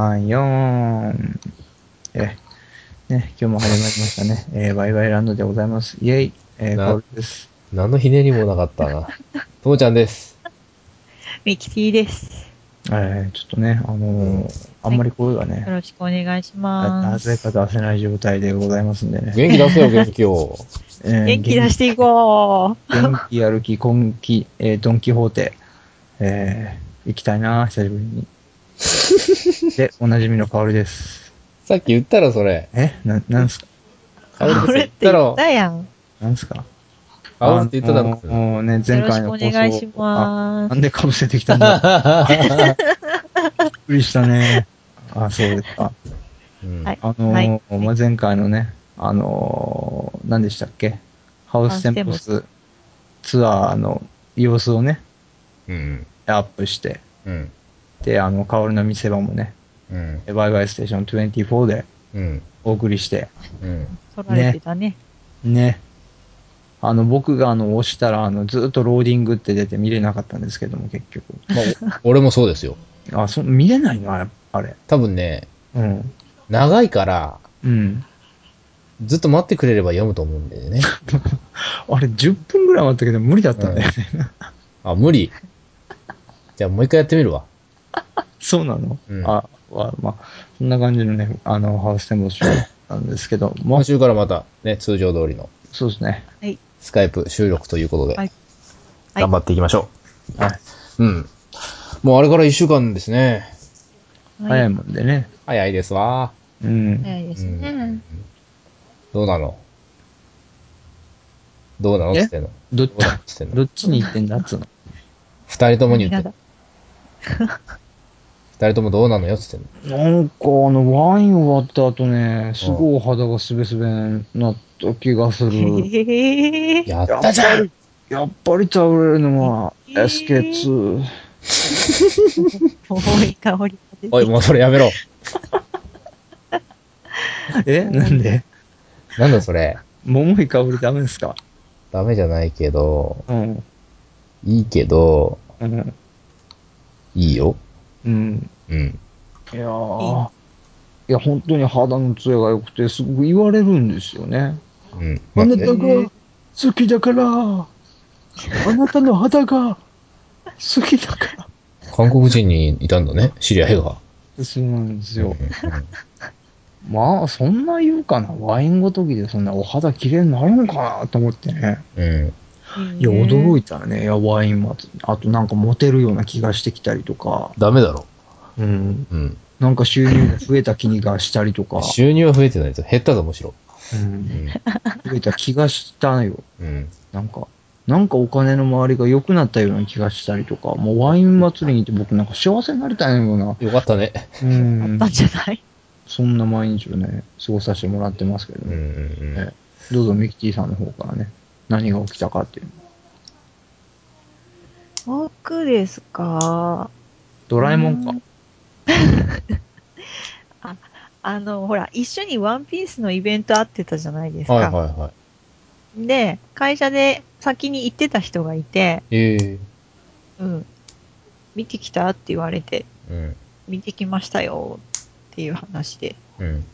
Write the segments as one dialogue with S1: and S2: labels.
S1: 1234えね今日も始まりましたね、えー、バイバイランドでございますイェイ、えー、
S2: な
S1: コールです
S2: 何のひねりもなかったな。ともちゃんです。
S3: ミキティです。
S1: えー、ちょっとねあのー、あんまり声がね、
S3: よろしくお願いしま
S1: な
S3: す。
S1: ぜか出せない状態でございますんでね、
S2: 元気出せよ、 元気を。
S1: えー
S3: 元気出していこ
S1: 元気やる気根気、えー、ドン・キホーテ、えー、行きたいな久しぶりに でおなじみの香りです
S2: さっき言ったろ、それ。
S1: えななんすか
S3: う。
S2: カオルです
S3: これっ
S2: 言ってた
S3: 言っ
S2: ろ。
S3: たやん。
S1: なんすか
S2: カオルって言っただ
S1: あのーもうね前回の
S3: よろしくお願いし
S1: あ
S3: ま
S1: な
S3: す。
S1: んでかぶせてきたんだ
S2: ろ。
S1: びっくりしたね。あ、そうですか。
S2: うん
S3: はい
S1: あのー
S3: はい
S1: まあ、前回のね、あのー何でしたっけハウステンボスツアーの様子をね、
S2: うん。
S1: アップして、
S2: うん。
S1: で、あの、薫の見せ場もね、
S2: うん。
S1: バイバイステーション24で
S2: うん。
S1: お送りして、
S2: うん。
S3: 取られてたね。
S1: ね。あの、僕があの、押したら、あの、ずっとローディングって出て見れなかったんですけども、結局。
S2: まあ、お俺 もそうですよ。
S1: あ、そ、見れないのあれあれ。
S2: 多分ね、
S1: うん。
S2: 長いから、
S1: うん。
S2: ずっと待ってくれれば読むと思うんで ね。
S1: あれ、10分ぐらい待ったけど無理だったんだよね。
S2: あ、無理。じゃあもう一回やってみるわ。
S1: そうなの、
S2: うん
S1: あ、あまあ、そんな感じのね、あの、ハウステンボスなんですけど、まあ
S2: 今、週からまた、ね、通常通りの
S1: そうですね。
S3: はい。
S2: スカイプ収録ということで、
S3: はいはい
S2: 頑張っていきましょ
S1: はい。
S2: う。うん。もうあれから一週間ですね。
S1: 早い
S3: い。
S1: もんでね。
S2: 早いですわ。
S1: うん。
S3: 早いですね。
S2: どうなのどうなのっ
S1: え
S2: つってんの。
S1: どっ
S2: どうなのっつってん
S1: ど
S2: の。
S1: っちに行ってんだっつうの。
S2: 二人ともに言
S3: な
S2: っ
S3: ん
S2: て
S3: だ
S2: る。二人ともどうなのよっつってんの。
S1: なんかあの、ワイン終わった後ね、すごいお肌がすべすべになった気がする。
S3: へえ。
S2: やっ
S1: やった
S2: じゃ
S1: ぱ
S2: ん
S1: り、やっぱり倒れるのは SK2。
S3: 多い香りが出
S2: おい、
S3: て
S2: もうそれやめろ。
S1: えなんで
S2: なんだそれ。
S1: 桃井かぶりダメですか
S2: ダメじゃないけど、
S1: うん。
S2: いいけど、
S1: うん。
S2: いいよ。
S1: うん。
S2: うん。
S1: いやーいや、本当に肌のツヤが良くて、すごく言われるんですよね。
S2: うん。
S1: あな
S2: え
S1: たが好きだから、あなたの肌が好きだから。
S2: 韓国人にいたんだね、知り合いが。
S1: そうなんです
S2: う
S1: よ
S2: ん。
S1: まあ、そんな言うかな。ワインごときでそんなお肌綺麗になるのかなと思ってね。
S2: うん。
S1: いや、驚
S3: い
S1: いたらね。いや、ワインも、あとなんかモテるような気がしてきたりとか、
S2: ダメだろ。
S1: うん。
S2: うん。
S1: なんか収入が増えた気がしたりとか、
S2: 収入は増えてないと減ったぞ、むしろ。
S1: うん。
S2: ん。
S1: 増えた気がしたよ。
S2: うん。
S1: なんか、なんかお金の周りが良くなったような気がしたりとか、もうワイン祭りに行って僕なんか幸せになりたいような、
S2: よかったね。
S1: う
S3: た。あっ
S1: ん
S3: た、んじゃない
S1: そんな毎日をね、過ごさせてもらってますけど
S2: うんう
S1: ね。
S2: んうん。
S1: どうぞミキティさんの方からね、何が起きたかっていう。
S3: 僕ですか
S1: ドラえもんか
S3: う。ああの、ほら、一緒にワンピースのイベントあってたじゃないですか。
S2: はいはいはい。
S3: で、会社で先に行ってた人がいて、
S2: ええ
S3: うん。見てきたって言われて、
S2: うん。
S3: 見てきましたよっていう話で
S2: うん。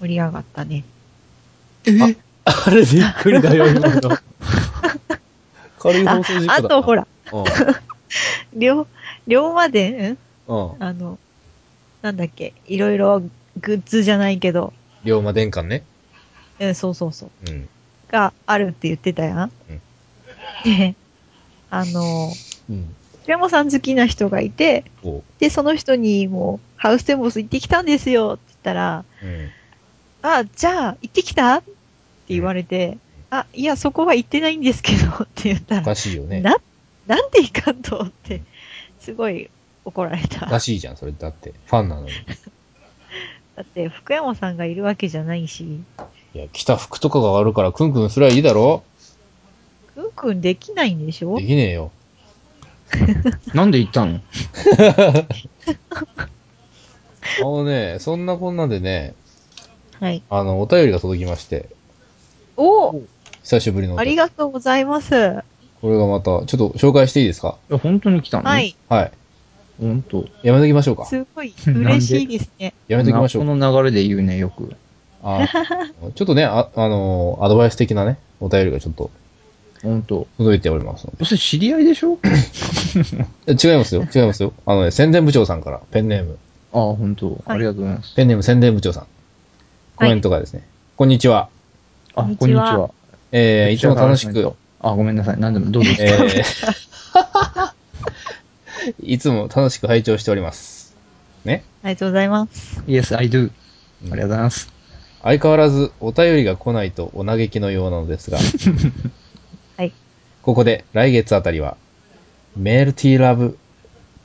S3: 盛り上がったね。
S1: え
S2: あれびっくりだよ、今の。軽い
S3: あ
S2: 放送事故だ
S3: あ
S2: った。
S3: とほら、
S2: う
S3: 龍龍馬伝
S2: ん。うん。
S3: あの、なんだっけ、いろいろグッズじゃないけど、
S2: 龍馬伝館ね。
S3: うん、そうそうそう、
S2: うん。
S3: があるって言ってたやん。
S2: うん
S3: で、あの、
S2: うん。
S3: レモさん好きな人がいて、
S2: おう。
S3: で、その人にもう、ハウステンボス行ってきたんですよって言ったら、
S2: うん。
S3: あ、じゃあ、行ってきたって言われて、あ、いや、そこは行ってないんですけど、 って言った
S2: お
S3: ら、
S2: かしいよね。
S3: な、なんで行かんとって、すごい怒られた。
S2: お
S3: だ
S2: かしいじゃん、それ。だって、ファンなのに。
S3: って、福山さんがいるわけじゃないし、
S2: いや、着た服とかがあるから、クンクンすりゃいいだろ
S3: くんくんできないんでしょ
S2: できねえよ。
S1: なんで行ったの
S2: あのね、そんなこんなでね、
S3: はい。
S2: あの、お便りが届きまして、
S3: お
S2: 久しぶりのお
S3: あ
S2: 便
S3: り
S2: り。
S3: がとうございます。
S2: これがまた、ちょっと紹介していいですか
S1: いや、本当に来たの
S3: は。い。
S2: はい。
S1: ほんと。
S2: やめときましょうか。
S3: す ごい嬉しいですね。
S2: やめときましょう
S1: この流れで言うね、よく。
S2: あーちょっとね、あ、あのーアドバイス的なね、お便りがちょっと
S1: ほんと。
S2: 届いておりますの
S1: どうせ知り合いでしょ
S2: で。え違います よ、違いますよ。あのね、宣伝部長さんから、ペンネーム、
S1: ああ、ほんと。ありがとうございます。
S2: ペンネーム宣伝部長さん、コメントがですね、こんにちは。
S1: あ、
S3: こんに
S1: こんに
S3: ち
S1: ち
S3: は
S1: は。
S2: えー、いつも楽しく、。
S1: あ、ごめんなさい。何でも、どうぞ。
S2: えー、 いつも楽しく拝聴しております。ね
S3: ありがとうございます。
S1: yes, I do. ありがとうございます。
S2: 相変わらずお便りが来ないとお嘆きのようなのですが、
S3: はい。
S2: ここで来月あたりは、メールティーラブ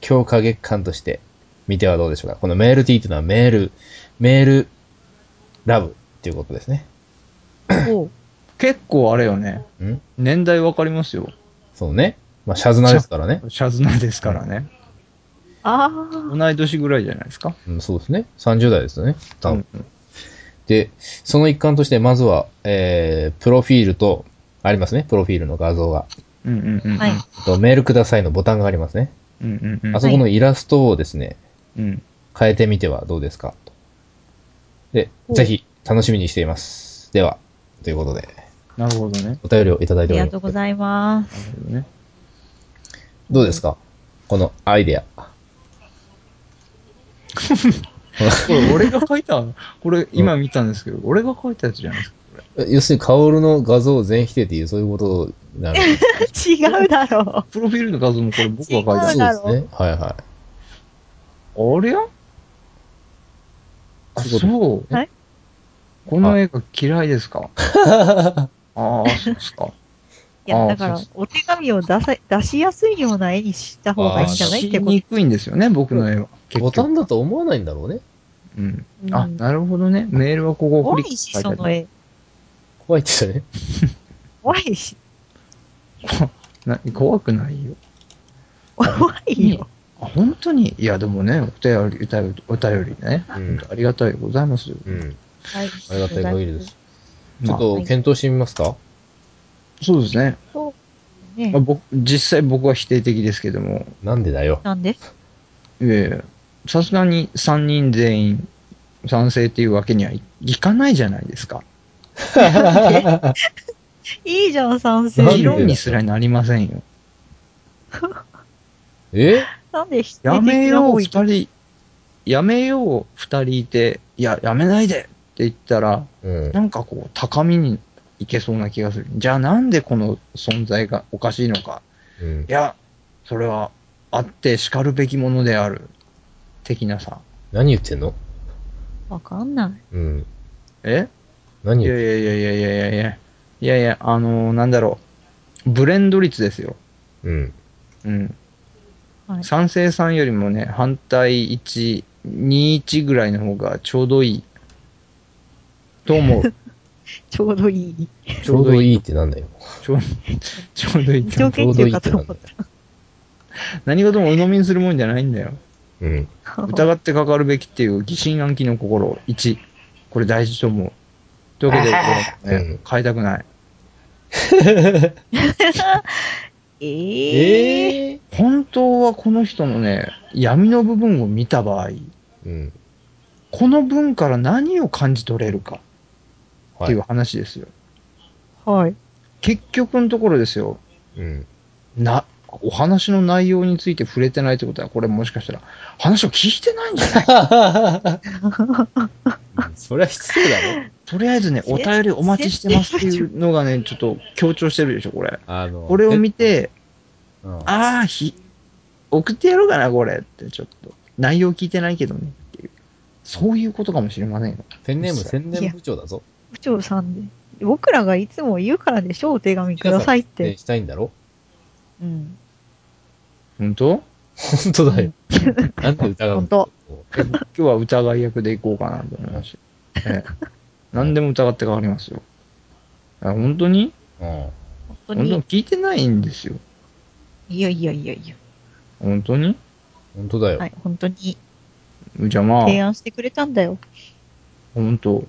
S2: 強化月間として見てはどうでしょうか。このメールティーというのはメール、メールラブっていうことですね。
S3: おう
S1: 結構あれよね。
S2: うん
S1: 年代わかりますよ。
S2: そうね。まあ、シャズナですからね。
S1: シャズナですからね。
S3: あ
S1: 同い年ぐらいじゃないですか。
S2: うん、そうですね。30代ですよね。多分。
S1: うん
S2: で、その一環として、まずは、えー、プロフィールと、ありますね。プロフィールの画像が。
S1: うんうんうんうん。
S3: あ。はい。
S2: あと、メールくださいのボタンがありますね。
S1: うんうんうん。
S2: あそこのイラストをですね、
S1: うん。
S2: 変えてみてはどうですかとで、
S3: お
S2: ぜひ楽しみにしています。では、ということで、
S1: なるほどね。
S2: お便りをいただ
S3: あ
S2: いて
S3: り
S2: おります。
S3: がとうございます。
S1: なるほどね。
S2: どうですかこのアイデア。
S1: これ、俺が書いた、これ、今見たんですけど、俺が書いたやつじゃないですか。
S2: 要するに、カオルの画像を全否定っていう、そういうことになる。
S3: 違うだろ
S1: プロフィールの画像もこれ僕が書いた
S3: 違
S1: や
S2: そ
S1: つ
S2: う
S3: うだ
S2: で
S3: ろ
S2: すね。はいは
S1: あれやあ、
S2: そういうこと
S1: そう。
S3: はい
S1: この映画嫌いですかああ、そうですか。
S3: う。いや、
S1: あー
S3: だから
S1: そうそ、
S3: お手紙を出さ、出しやすいような絵にした方がいいんじゃない
S1: し
S3: ってこ
S1: にくいんですよね、僕の絵は。
S2: い。
S1: 結
S2: ボタ
S1: 局。
S2: ンだと思わないんだろうね。
S1: うん。
S3: と。
S1: あ、
S3: うん
S1: なるほどね。メールはここをク
S3: 怖
S1: リ
S3: い
S1: ッ
S3: し、
S1: ク
S3: その絵。
S2: 怖いってね。
S3: 怖いし。
S1: な怖くないよ。
S3: 怖いよ。
S1: あ、本当にいや、でもね、お便り、お便り、お便りね。
S2: うん。
S1: ありがたいございますよ。
S2: うん。
S3: はい。
S2: ありがたい限りです。ち
S1: ま
S2: ょ
S1: あ
S2: っと検討してみますか
S1: そうですね。
S3: ね
S1: まあ、僕、実際僕は否定的ですけども、
S2: なんでだよ。
S3: なんで
S1: いやいやさすがに3人全員賛成っていうわけにはいかないじゃないですか。
S3: いいじゃん、賛成
S2: なん。で
S1: 議論にすらなりませんよ。
S2: え
S3: なんで否定的な
S1: やめよう、
S3: 多い
S1: 2人。やめよう、2人いて、いや、やめないでって言ったら、
S2: うん。
S1: なんかこう、高みにいけそうな気がする。じゃあなんでこの存在がおかしいのか。
S2: うん
S1: いや、それはあって叱るべきものである。的なさ。
S2: 何言ってんの
S3: わかんない。
S2: うん。
S1: え
S2: 何
S1: い
S2: 言
S1: や
S2: っ
S1: いやいやいやいやいやいや。いやいや、あのーなんだろう。ブレンド率ですよ。
S2: てんうん。
S1: うん。
S3: はい
S1: 賛成3よりもね、反対1、21ぐらいの方がちょうどいい。と思 う。
S3: ちょうどいい。
S2: ちょうどいいってなんだよ。
S1: ちょう ちょうどいい
S3: 二
S1: と思
S3: 丁
S1: う。
S3: 拳銃かと思った。
S1: 何事も鵜呑みにするもんじゃないんだよ。
S2: うん。
S1: 疑ってかかるべきっていう疑心暗鬼の心。1。これ大事と思う。というわけで、これ、
S2: う
S1: ね
S2: ん、
S1: 変えたくない。
S3: ええ
S2: え
S1: 本当はこの人のね、闇の部分を見た場合、
S2: うん。
S1: この文から何を感じ取れるかっ
S2: は
S1: て
S2: い
S1: いう。話ですよ。
S3: はい。
S1: 結局のところですよ、
S2: うん。
S1: な、お話の内容について触れてないってことは、これもしかしたら、話を聞いてないんじ ゃない
S2: そりゃ失礼だろ。
S1: とりあえずね、お便りお待ちしてますっていうのがね、ちょっと強調してるでしょ、これ。
S2: あ の。
S1: これを見て、
S2: うん、
S1: ああ、ひ、送ってやろうかな、これって、ちょっと。内容聞いてないけどねっていう。そういうことかもしれませんよ。
S2: ペンネーム宣伝部長だぞ。
S3: 部長さんで。僕らがいつも言うからでしょ、お手紙くださいっ
S2: 宣伝
S3: て。
S2: したいんだろ
S3: うん。
S1: 本当
S2: 本当 だよ。なんで疑うの
S3: 本当。
S1: え今日は疑い役でいこうかなと思いました。ええ、 何でも疑ってかかりますよ。あ本当に
S2: うん。
S3: 本当
S1: 本当に
S3: に。
S1: 聞いてないんですよ。
S3: いやいやいやいや。
S1: 本当に
S2: 本当だよ。
S3: はい、本当に
S1: じゃあま
S3: 提
S1: あ、
S3: 案してくれたんだよ。
S1: 本当。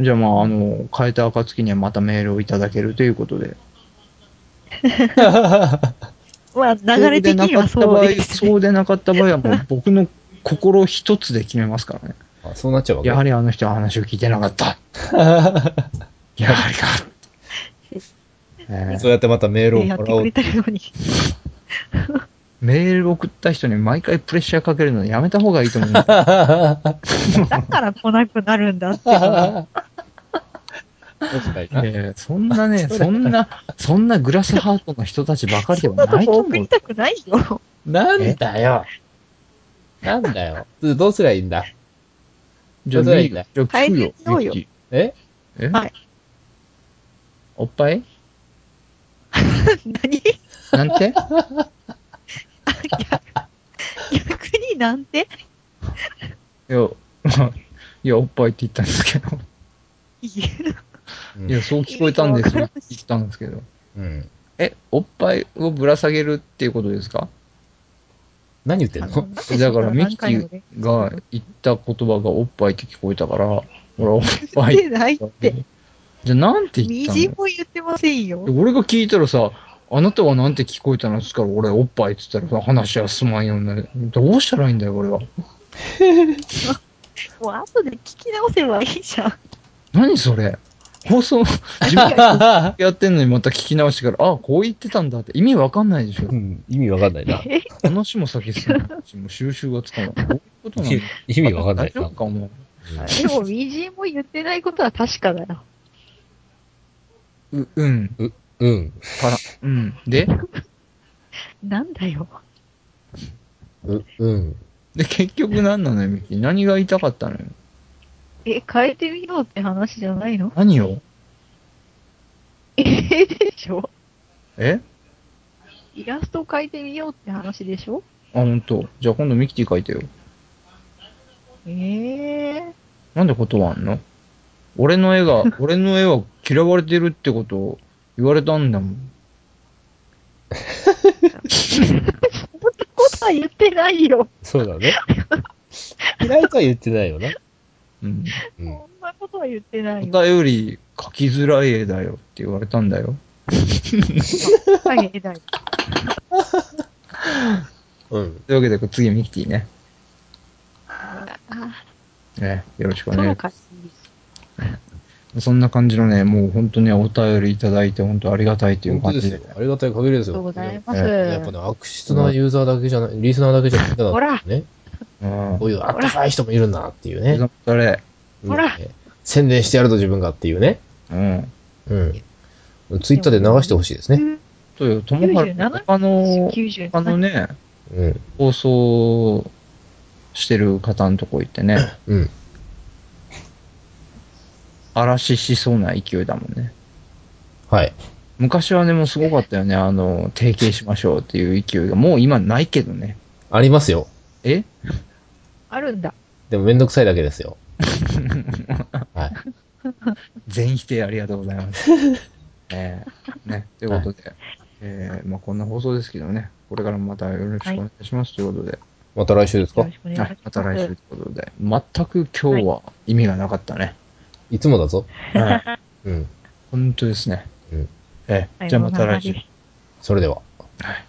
S1: じゃあまあ、あの、変えた暁にはまたメールをいただけるということで。
S3: まあ、流れ的にはそうですね。
S1: そうでなかった場合はもう僕の心一つで決めますからね。
S2: あそうなっちゃうわけ
S1: やはりあの人は話を聞いてなかった。やはりか。えー
S2: そうやってまたメールを
S3: やっ
S2: も
S3: て
S2: らお
S3: く
S2: う
S3: れ。たのに。
S1: メール送った人に毎回プレッシャーかけるのやめた方がいいと思う。
S3: だから来なくなるんだって。
S2: 確かに
S1: いやいやそんなね、そんな、そんなグラスハートの人たちばかりで
S3: そん
S1: は
S3: なと
S1: ない
S3: こと送
S1: 思
S3: り
S1: う。
S3: たくないよ。
S2: な。なんだよ。なんだよ。どうすりゃいいんだ
S1: じゃあ、
S2: それはい
S1: ミ
S2: い
S1: ッ
S2: ね
S1: キーじゃあ聞くよ
S3: 大変そうよ
S1: ミッキ
S2: え
S1: ーえ
S3: はい
S1: おっぱい
S3: 何
S1: なんて
S3: あ逆逆になんて
S1: いや、 いや、おっぱいって言ったんですけど。
S3: 言える
S2: うん
S1: いや、そう聞こえたんです
S3: いや
S1: よ
S3: わ
S1: っ
S3: か
S1: て言ったんですけど。
S2: うん。
S1: え、おっぱいをぶら下げるっていうことですか
S2: 何言ってん
S3: あの
S2: の
S3: なんでそん な
S1: だから、ミッキ
S3: 何回も
S1: ー
S3: ね
S1: が言った言葉がおっぱいって聞こえたから、ほら、おっぱい
S3: 言ってないって。
S1: じゃあ、なんて言っ
S3: み
S1: た
S3: じん
S1: の
S3: も言ってませんよ。
S1: 俺が聞いたらさ、あなたはなんて聞こえたのって言ったら、俺、おっぱいって言ったらさ、話はすまんよね。どうしたらいいんだよ、俺は。
S3: もう後で聞き直せばいいじゃん。
S1: 何それ放 送、自分でやってんのにまた聞き直してから、あ、こう言ってたんだって意味わかんないでしょ
S2: う。ん意味わかんないな。
S3: え
S1: 話も先進む し、もう収集がつかない。どういうことなの
S2: 意意味わかんない
S1: 大丈
S2: な
S1: 夫。かも
S3: でも、みじんも言ってないことは確かだよ。
S1: う。う、うん、
S2: うん。
S1: から、うん。で、
S3: なんだよ。
S2: う、うん。
S1: で、結局何なのよ、ミキ。何が言いたかったのよ。
S3: え、変えてみようって話じゃないの
S1: 何を
S3: えーでしょ
S1: え
S3: イラストを変えてみようって話でしょ
S1: あ、ほんと。じゃあ今度ミキティ書いてよ。
S3: ええ
S1: なんで断んの俺の絵が、俺の絵は嫌われてるってことを言われたんだもん。
S3: そんなことは言ってないよ。
S2: そうだね。嫌いとは言ってないよな。
S1: うん。
S2: うん。
S3: そんなことは言ってないよ。
S1: お便り書きづらい絵だよって言われたんだよ。
S3: はい、えない。
S2: うん。
S1: というわけで、次ミキティね。
S3: あ
S1: ね、よろしくお
S3: そ
S1: 願いしま
S3: う
S1: す。
S3: かし
S1: そんな感じのね、もう本当にお便りいただいて、本当ありがたいという
S2: 本当
S1: 感
S2: で
S1: じ
S2: す
S1: で
S2: よ。。ありがたい限りです
S3: そう
S2: よ。
S3: ございま
S2: やっぱ
S3: す。
S2: ね、悪質なユーザーだけじゃない、リスナーだけじゃないんだな
S3: ほら
S2: ね。
S1: うん
S2: こ。ういうあったかい人もいるんだっていうね。
S1: 頑張れ。
S3: ほら
S2: ね宣伝してやると自分がっていうね。
S1: うん。
S2: うん。ツイッターで流してほしいですね。
S1: そうよ、ともはる、
S3: 97
S1: 他の、他の
S3: 97
S1: ね、
S2: うん。
S1: 放送してる方のとこ行って ね、
S2: うん。
S1: 嵐しそうな勢いだもんね。
S2: はい。
S1: 昔はね、もうすごかったよね。あの、提携しましょうっていう勢いが、もう今ないけどね。
S2: ありますよ。
S1: え
S3: あるんだ。
S2: でもめんどくさいだけですよ。はい。
S1: 全否定ありがとうござい ます。えーね、ということで、えーまあこんな放送ですけどね、これからもまたよろしくお願いします、ということで、
S2: また来週ですか
S3: よろしくお願いし
S1: は
S3: ます
S1: い、。また来週ということで、全く今日は意味がなかったね。
S2: いつもだぞ。
S1: はい、
S2: うん。
S1: 本当ですね。
S2: うん
S1: えー
S3: はい
S1: じゃあまた来週。
S3: お願いし
S2: それでは。
S1: はい